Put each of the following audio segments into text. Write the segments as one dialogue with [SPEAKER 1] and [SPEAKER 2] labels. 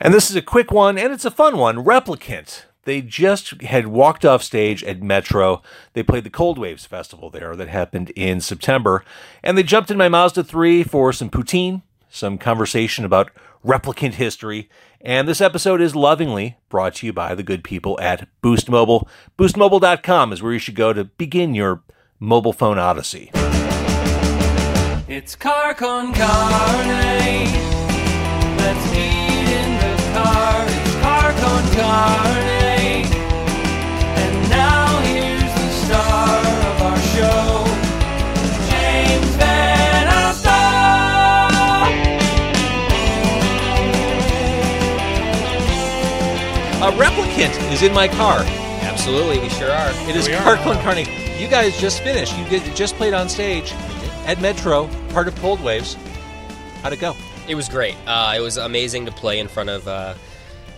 [SPEAKER 1] And this is a quick one and it's a fun one. Replicant. They just had walked off stage at Metro. They played the Cold Waves Festival there that happened in September. And they jumped in my Mazda 3 for some poutine, some conversation about replicant history. And this episode is lovingly brought to you by the good people at Boost Mobile. BoostMobile.com is where you should go to begin your mobile phone odyssey.
[SPEAKER 2] It's car con carne. Let's eat in the car. It's car con carne. And now here's the star of our show, James Van Asta.
[SPEAKER 1] A replicant is in my car.
[SPEAKER 3] Absolutely, we sure are.
[SPEAKER 1] It is Kirkland Carney. You guys just finished. You did, just played on stage at Metro, part of Cold Waves. How'd it go?
[SPEAKER 3] It was great. Uh, it was amazing to play in front of uh,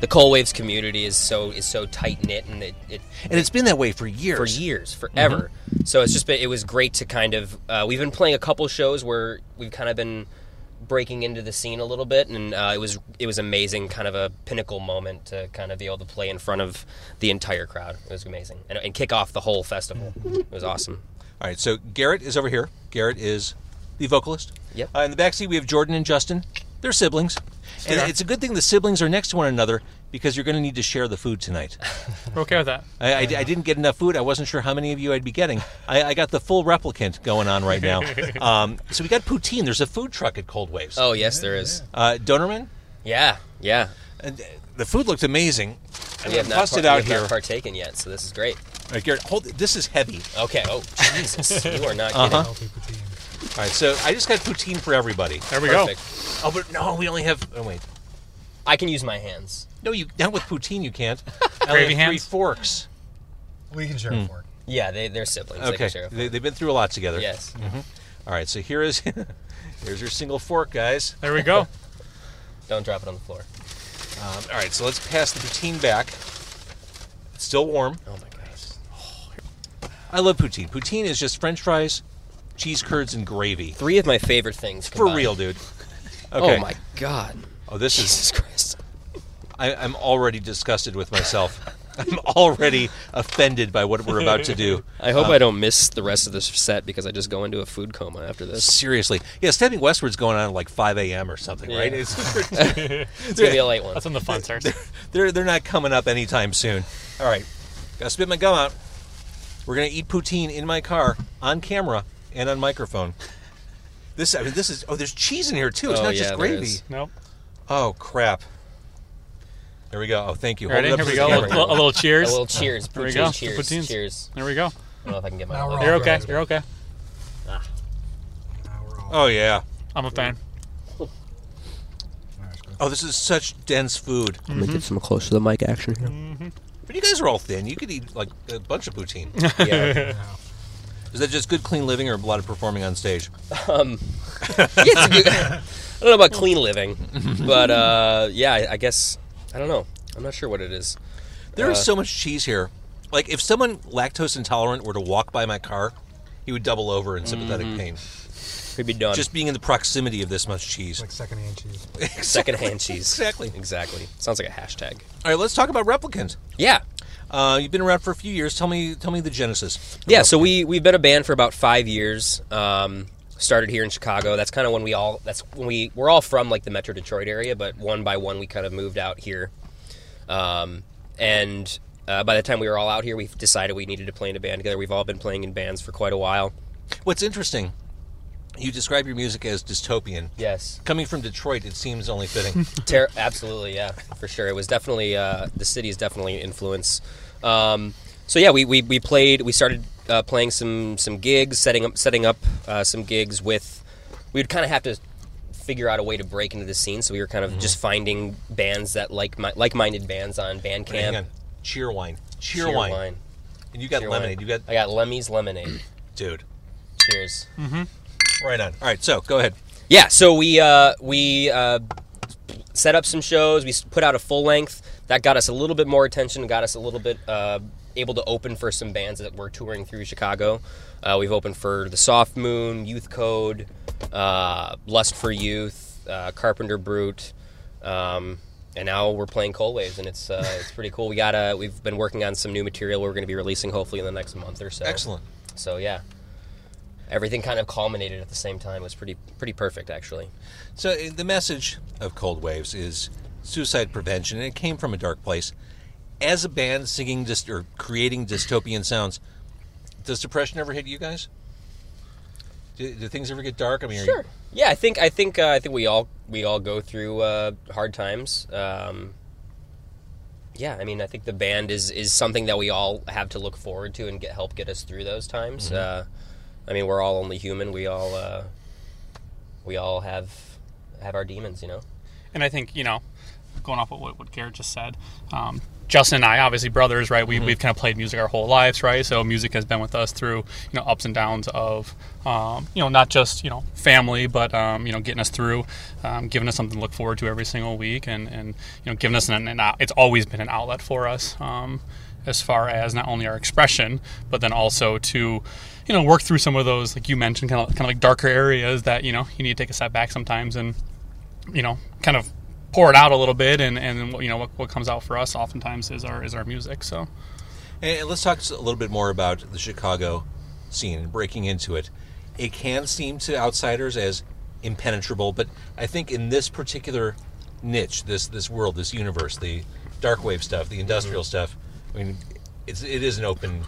[SPEAKER 3] the Cold Waves community. is so is so tight knit and it, it
[SPEAKER 1] And it's been that way for years.
[SPEAKER 3] for years forever. So it's just been, it was great to kind of uh, we've been playing a couple shows where we've kind of been breaking into the scene a little bit, and uh, it was it was amazing, kind of a pinnacle moment to kind of be able to play in front of the entire crowd. It was amazing and, and kick off the whole festival. It was awesome.
[SPEAKER 1] All right, so Garrett is over here. Garrett is the vocalist.
[SPEAKER 3] Yep.
[SPEAKER 1] Uh, in the backseat, we have Jordan and Justin. They're siblings. And it's a good thing the siblings are next to one another because you're going to need to share the food tonight.
[SPEAKER 4] We're okay with that.
[SPEAKER 1] I, I, I didn't get enough food. I wasn't sure how many of you I'd be getting. I, I got the full replicant going on right now. um, so we got poutine. There's a food truck at Cold Waves.
[SPEAKER 3] Oh yes, there is.
[SPEAKER 1] Uh, Donerman,
[SPEAKER 3] Yeah, yeah.
[SPEAKER 1] and uh, the food looked amazing.
[SPEAKER 3] We have not,
[SPEAKER 1] busted
[SPEAKER 3] par-
[SPEAKER 1] out
[SPEAKER 3] we have
[SPEAKER 1] here.
[SPEAKER 3] not partaken yet, so this is great.
[SPEAKER 1] All right, Garrett, hold this is heavy.
[SPEAKER 3] Okay. Oh Jesus, you are not
[SPEAKER 1] Uh-huh.
[SPEAKER 3] kidding.
[SPEAKER 1] All right, so I just got poutine for everybody.
[SPEAKER 4] There we
[SPEAKER 3] Perfect.
[SPEAKER 1] Oh, but no, we only have. Oh wait,
[SPEAKER 3] I can use my hands.
[SPEAKER 1] no, you not with poutine. You can't. I only
[SPEAKER 4] Gravy
[SPEAKER 1] have three
[SPEAKER 4] hands?
[SPEAKER 1] forks.
[SPEAKER 5] We can share a fork.
[SPEAKER 3] Yeah, they they're siblings. They Mm-hmm.
[SPEAKER 1] Okay,
[SPEAKER 3] can share a fork.
[SPEAKER 1] they, they've been through a lot together.
[SPEAKER 3] Yes.
[SPEAKER 1] All right, so here is here's your single fork, guys.
[SPEAKER 4] go. There we go.
[SPEAKER 3] Don't drop it on the floor.
[SPEAKER 1] Um, all right, so let's pass the poutine back. It's still warm.
[SPEAKER 3] Oh my gosh.
[SPEAKER 1] I love poutine. Poutine is just French fries, cheese curds, and gravy.
[SPEAKER 3] Three of my favorite things.
[SPEAKER 1] For
[SPEAKER 3] combined.
[SPEAKER 1] real, dude.
[SPEAKER 3] Oh
[SPEAKER 1] Okay.
[SPEAKER 3] my god.
[SPEAKER 1] Oh, this is
[SPEAKER 3] Jesus Christ.
[SPEAKER 1] I, I'm already disgusted with myself. I'm already offended by what we're about to do.
[SPEAKER 3] I hope I don't miss the rest of this set because I just go into a food coma after this.
[SPEAKER 1] Seriously, yeah, stepping westward's going on at like 5 a.m. or something, right?
[SPEAKER 3] Yeah.
[SPEAKER 1] It's,
[SPEAKER 3] It's gonna be a late one.
[SPEAKER 4] That's when the fun starts.
[SPEAKER 1] they're they're not coming up anytime soon. All right, gotta spit my gum out. We're gonna eat poutine in my car on camera and on microphone. This I mean, this is oh, there's cheese in here too. It's
[SPEAKER 3] Oh,
[SPEAKER 1] not
[SPEAKER 3] yeah,
[SPEAKER 1] just
[SPEAKER 3] there
[SPEAKER 1] gravy.
[SPEAKER 3] is.
[SPEAKER 4] Nope.
[SPEAKER 1] Oh crap. There we go. Oh, thank you. Hold
[SPEAKER 4] Ready?
[SPEAKER 1] it up
[SPEAKER 4] Here
[SPEAKER 1] to
[SPEAKER 4] we
[SPEAKER 1] the
[SPEAKER 4] go. A
[SPEAKER 1] camera.
[SPEAKER 4] little, a little
[SPEAKER 3] a
[SPEAKER 4] cheers.
[SPEAKER 3] little cheers.
[SPEAKER 4] There we
[SPEAKER 3] Poutine,
[SPEAKER 4] go.
[SPEAKER 3] Cheers.
[SPEAKER 4] Poutines.
[SPEAKER 3] Cheers.
[SPEAKER 4] There we go.
[SPEAKER 3] I don't know if I can get my
[SPEAKER 5] Now we're
[SPEAKER 3] other
[SPEAKER 5] all
[SPEAKER 4] You're
[SPEAKER 3] one.
[SPEAKER 4] okay. You're okay.
[SPEAKER 5] Now we're all.
[SPEAKER 1] Oh yeah.
[SPEAKER 4] I'm a fan.
[SPEAKER 5] Alright, good.
[SPEAKER 1] Oh, this is such dense food.
[SPEAKER 3] I'm gonna get some close to the mic action.
[SPEAKER 1] But you guys are all thin. You could eat like a bunch of poutine.
[SPEAKER 3] Yeah.
[SPEAKER 1] Is that just good clean living or a lot of performing on stage?
[SPEAKER 3] It's a good- I don't know about clean living, but uh, yeah, I, I guess I don't know. I'm not sure what it is.
[SPEAKER 1] There is so much cheese here. Like if someone lactose intolerant were to walk by my car, he would double over in sympathetic pain.
[SPEAKER 3] Could be done.
[SPEAKER 1] Just being in the proximity of this much cheese.
[SPEAKER 5] Like secondhand cheese.
[SPEAKER 3] secondhand cheese.
[SPEAKER 1] Exactly.
[SPEAKER 3] Exactly. Sounds like a hashtag.
[SPEAKER 1] All right, let's talk about replicant.
[SPEAKER 3] Yeah.
[SPEAKER 1] Uh, you've been around for a few years. Tell me, tell me the genesis.
[SPEAKER 3] Yeah, so we we've been a band for about five years. Um, started here in Chicago. That's kind of when we all that's when we we're all from like the Metro Detroit area, but one by one we kind of moved out here. Um, and uh, by the time we were all out here, we decided we needed to play in a band together. We've all been playing in bands for quite a while.
[SPEAKER 1] What's interesting, you describe your music as dystopian.
[SPEAKER 3] Yes,
[SPEAKER 1] Coming from Detroit, it seems only fitting.
[SPEAKER 3] Ter- absolutely, yeah, for sure. It was definitely uh, the city is definitely an influence. Um, so yeah, we, we, we played. We started uh, playing some some gigs, setting up setting up uh, some gigs with. We would kind of have to figure out a way to break into the scene, so we were kind
[SPEAKER 1] Mm-hmm.
[SPEAKER 3] of just finding bands that like mi- like minded bands on
[SPEAKER 1] Hang
[SPEAKER 3] Bandcamp.
[SPEAKER 1] on, cheer wine, cheer, wine. and you got
[SPEAKER 3] Cheer
[SPEAKER 1] lemonade.
[SPEAKER 3] wine.
[SPEAKER 1] You got
[SPEAKER 3] I got Lemmy's lemonade.
[SPEAKER 1] dude.
[SPEAKER 3] Cheers.
[SPEAKER 1] Right on. All right, so go ahead.
[SPEAKER 3] Yeah, so we uh, we uh, set up some shows. We s- put out a full length that got us a little bit more attention. Got us a little bit uh, able to open for some bands that were touring through Chicago. Uh, we've opened for the Soft Moon, Youth Code, uh, Lust for Youth, uh, Carpenter Brute. Um, and now we're playing Cold Waves, and it's uh, it's pretty cool. We got uh, we've been working on some new material we're going to be releasing hopefully in the next month or so.
[SPEAKER 1] Excellent.
[SPEAKER 3] So yeah, everything kind of culminated at the same time. It was pretty pretty perfect actually.
[SPEAKER 1] So uh, the message of Cold Waves is suicide prevention, and it came from a dark place. As a band singing dis- or creating dystopian sounds, does depression ever hit you guys? Do, do things ever get dark? I mean, are you-
[SPEAKER 3] Yeah, I think I think uh, I think we all we all go through uh, hard times. Um, yeah, I mean, I think the band is is something that we all have to look forward to and get help get us through those times. Uh, I mean, we're all only human. We all uh, we all have have our demons, you know.
[SPEAKER 4] And I think, you know, going off of what, what Garrett just said, um, Justin and I, obviously brothers, right? We, We've kind of played music our whole lives, right? So music has been with us through, you know, ups and downs of, um, you know, not just, you know, family, but, um, you know, getting us through, um, giving us something to look forward to every single week and, and you know, giving us an, an out, it's always been an outlet for us. Um, as far as not only our expression, but then also to, you know, work through some of those, like you mentioned, kind of, kind of like darker areas that you know you need to take a step back sometimes and you know, kind of pour it out a little bit, and and what- you know what, what comes out for us oftentimes is our is our music. So
[SPEAKER 1] And let's talk a little bit more about the Chicago scene and breaking into it. It can seem to outsiders as impenetrable, but I think in this particular niche, this this world, this universe, the dark wave stuff, the industrial
[SPEAKER 5] Mm-hmm.
[SPEAKER 1] stuff, I mean, it's it is an open,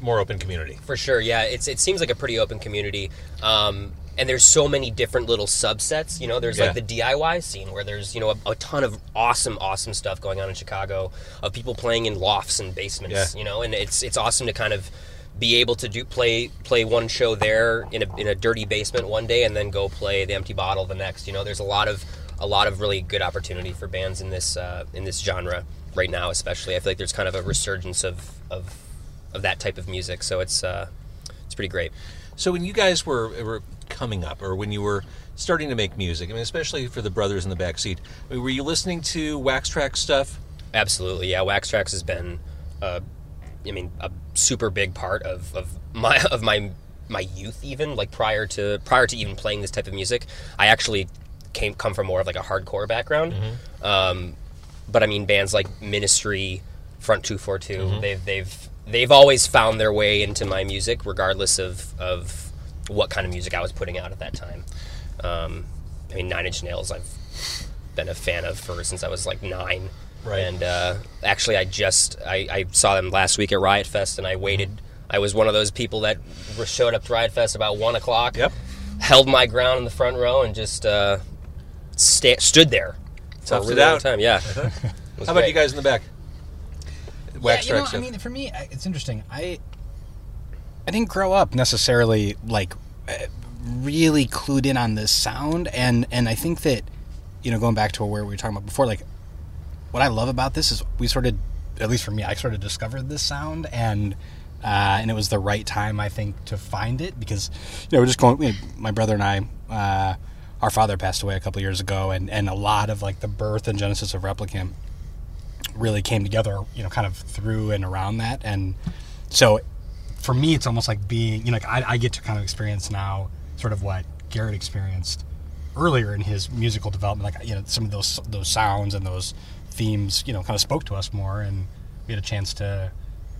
[SPEAKER 1] more open community.
[SPEAKER 3] For sure, yeah. It's it seems like a pretty open community, um, and there's so many different little subsets. You know, there's
[SPEAKER 1] Yeah.
[SPEAKER 3] like the DIY scene where there's you know a, a ton of awesome, awesome stuff going on in Chicago of people playing in lofts and basements.
[SPEAKER 1] Yeah.
[SPEAKER 3] You know, and it's it's awesome to kind of be able to do play play one show there in a in a dirty basement one day, and then go play the Empty Bottle the next. You know, there's a lot of a lot of really good opportunity for bands in this uh, in this genre right now, especially. I feel like there's kind of a resurgence of of of that type of music. So it's uh, it's pretty great.
[SPEAKER 1] So when you guys were were coming up, or when you were starting to make music, I mean, especially for the brothers in the back seat, I mean, were you listening to wax track stuff?
[SPEAKER 3] Absolutely, yeah. Wax Trax has been, uh, I mean, a super big part of, of my of my my youth. Even like prior to prior to even playing this type of music, I actually came come from more of like a hardcore background. Um, but I mean, bands like Ministry, Front Two Four Two, they've they've they've always found their way into my music, regardless of of what kind of music I was putting out at that time. Um, I mean, Nine Inch Nails, I've been a fan of for since I was like nine.
[SPEAKER 1] Right.
[SPEAKER 3] And uh, actually, I just I, I saw them last week at Riot Fest, and I waited. I was one of those people that were- showed up to Riot Fest about one o'clock.
[SPEAKER 1] Yep.
[SPEAKER 3] Held my ground in the front row and just uh, sta- stood there. for a
[SPEAKER 1] Toughed it
[SPEAKER 3] really long
[SPEAKER 1] out.
[SPEAKER 3] Time. Yeah. It was
[SPEAKER 1] How about
[SPEAKER 3] great.
[SPEAKER 1] you guys in the back? Wax
[SPEAKER 5] yeah, you
[SPEAKER 1] track
[SPEAKER 5] know, I
[SPEAKER 1] stuff.
[SPEAKER 5] mean, for me, I- it's interesting. I I didn't grow up necessarily like uh, really clued in on this sound, and and I think that you know, going back to where we were talking about before, like what I love about this is we sort of, at least for me, I sort of discovered this sound and. Uh, and it was the right time, I think, to find it because, you know, we're just going. we- my brother and I, uh, our father passed away a couple years ago, and, and a lot of like the birth and genesis of Replicant really came together, you know, kind of through and around that. And so for me, it's almost like being, you know, like I, I get to kind of experience now sort of what Garrett experienced earlier in his musical development. Like, you know, some of those, those sounds and those themes, you know, kind of spoke to us more and we had a chance to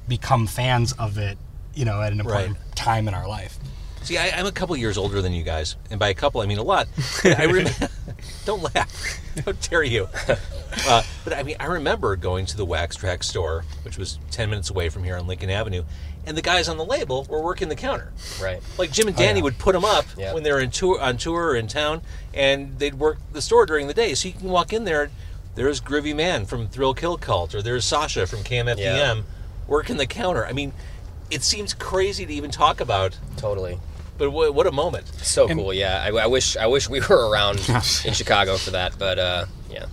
[SPEAKER 5] become fans of it, you know, at an important time in our life.
[SPEAKER 1] See, I, I'm a couple years older than you guys, and by a couple, I mean a lot. I rem- don't laugh. How dare you? Uh, but I mean, I remember going to the Wax Track store, which was 10 minutes away from here on Lincoln Avenue, and the guys on the label were working the counter.
[SPEAKER 3] Right.
[SPEAKER 1] Like Jim and Danny would put them up
[SPEAKER 3] Oh, Yeah.
[SPEAKER 1] when they were in tour, on tour or in town, and they'd work the store during the day. So you can walk in there, and there's Groovy Man from Thrill Kill Cult, or there's Sasha from KMFDM working the counter. I mean, it seems crazy to even talk about,
[SPEAKER 3] Totally.
[SPEAKER 1] but wha what a moment.
[SPEAKER 3] So cool. Yeah. I, I wish I wish we were around in Chicago for that, but uh, yeah.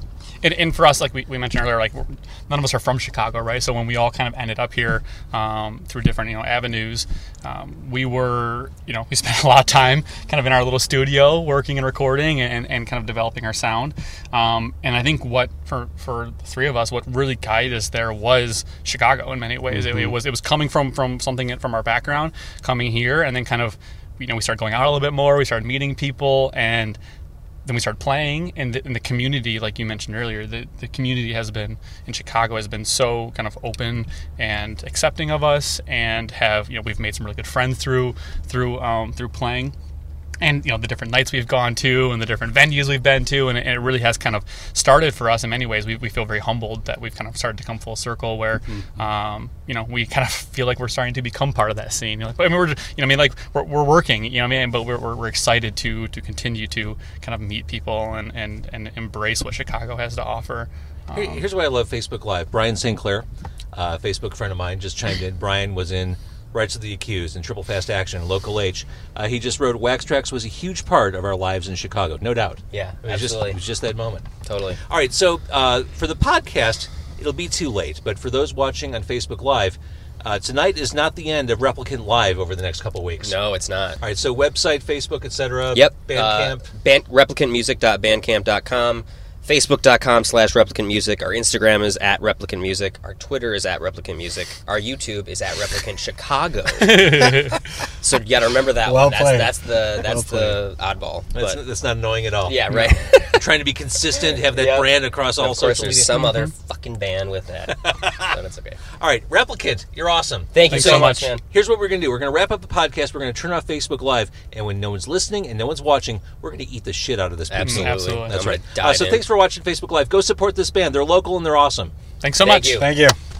[SPEAKER 4] and, and for us, like we, we mentioned earlier, like we're- none of us are from Chicago, right? So when we all kind of ended up here um, through different you know avenues, um, we were you know we spent a lot of time kind of in our little studio working and recording and, and kind of developing our sound. Um, and I think what for for the three of us, what really guided us there was Chicago in many ways. It, it was it was coming from from something from our background, coming here, and then kind of you know we started going out a little bit more. We started meeting people and then we started playing, and the, and the community, like you mentioned earlier, the, the community has been in Chicago has been so kind of open and accepting of us, and have you know we've made some really good friends through through um, through playing and you know the different nights we've gone to and the different venues we've been to and it, and it really has kind of started for us in many ways we, we feel very humbled that we've kind of started to come full circle where
[SPEAKER 3] Mm-hmm.
[SPEAKER 4] um, you know we kind of feel like we're starting to become part of that scene you know, like, I mean we're just- you know I mean like we're, we're working you know what I mean but we're, we're, we're excited to to continue to kind of meet people and and, and embrace what Chicago has to offer
[SPEAKER 1] Here-
[SPEAKER 3] Um,
[SPEAKER 1] Here's why I love Facebook Live. Brian Sinclair, uh, Facebook friend of mine, just chimed in. Brian was in Rights of the Accused and Triple Fast Action, Local H. Uh, he just wrote, Wax Tracks was a huge part of our lives in Chicago, no doubt.
[SPEAKER 3] Yeah,
[SPEAKER 1] it was Just,
[SPEAKER 3] absolutely.
[SPEAKER 1] it was just that moment.
[SPEAKER 3] Totally.
[SPEAKER 1] All right, so uh, for the podcast, it'll be too late, but for those watching on Facebook Live, uh, tonight is not the end of Replicant Live over the next couple weeks.
[SPEAKER 3] No, it's not.
[SPEAKER 1] All right, so website, Facebook, etc.
[SPEAKER 3] Yep.
[SPEAKER 1] Bandcamp.
[SPEAKER 3] Uh, band, replicantmusic.bandcamp.com, facebook.com slash replicantmusic. Our Instagram is at replicantmusic. Our Twitter is at replicantmusic. Our YouTube is at replicant Chicago. so you got to remember that
[SPEAKER 5] Well
[SPEAKER 3] one. That's,
[SPEAKER 5] played.
[SPEAKER 3] that's the that's the oddball.
[SPEAKER 1] that's,
[SPEAKER 3] But,
[SPEAKER 1] that's not annoying at all.
[SPEAKER 3] yeah, right.
[SPEAKER 1] Trying to be consistent, have that
[SPEAKER 3] Yep.
[SPEAKER 1] brand across all
[SPEAKER 3] of course,
[SPEAKER 1] social
[SPEAKER 3] there's
[SPEAKER 1] media.
[SPEAKER 3] some other fucking band with that. but it's okay.
[SPEAKER 1] All right, Replicant, you're awesome.
[SPEAKER 3] Thank you
[SPEAKER 4] Thanks
[SPEAKER 3] so,
[SPEAKER 4] so
[SPEAKER 3] much,
[SPEAKER 4] much.
[SPEAKER 3] man.
[SPEAKER 1] Here's what we're going to do. We're going to wrap up the podcast. We're going to turn off Facebook Live. And when no one's listening and no one's watching, we're going to eat the shit out of this pizza.
[SPEAKER 3] Absolutely.
[SPEAKER 4] Absolutely.
[SPEAKER 3] I'm
[SPEAKER 1] That's
[SPEAKER 3] gonna
[SPEAKER 1] right. Uh,
[SPEAKER 3] dive
[SPEAKER 1] so
[SPEAKER 3] in.
[SPEAKER 1] thanks for watching Facebook Live. Go support this band. They're local and they're awesome.
[SPEAKER 4] thanks so
[SPEAKER 3] Thank
[SPEAKER 4] much
[SPEAKER 3] you.
[SPEAKER 5] Thank you.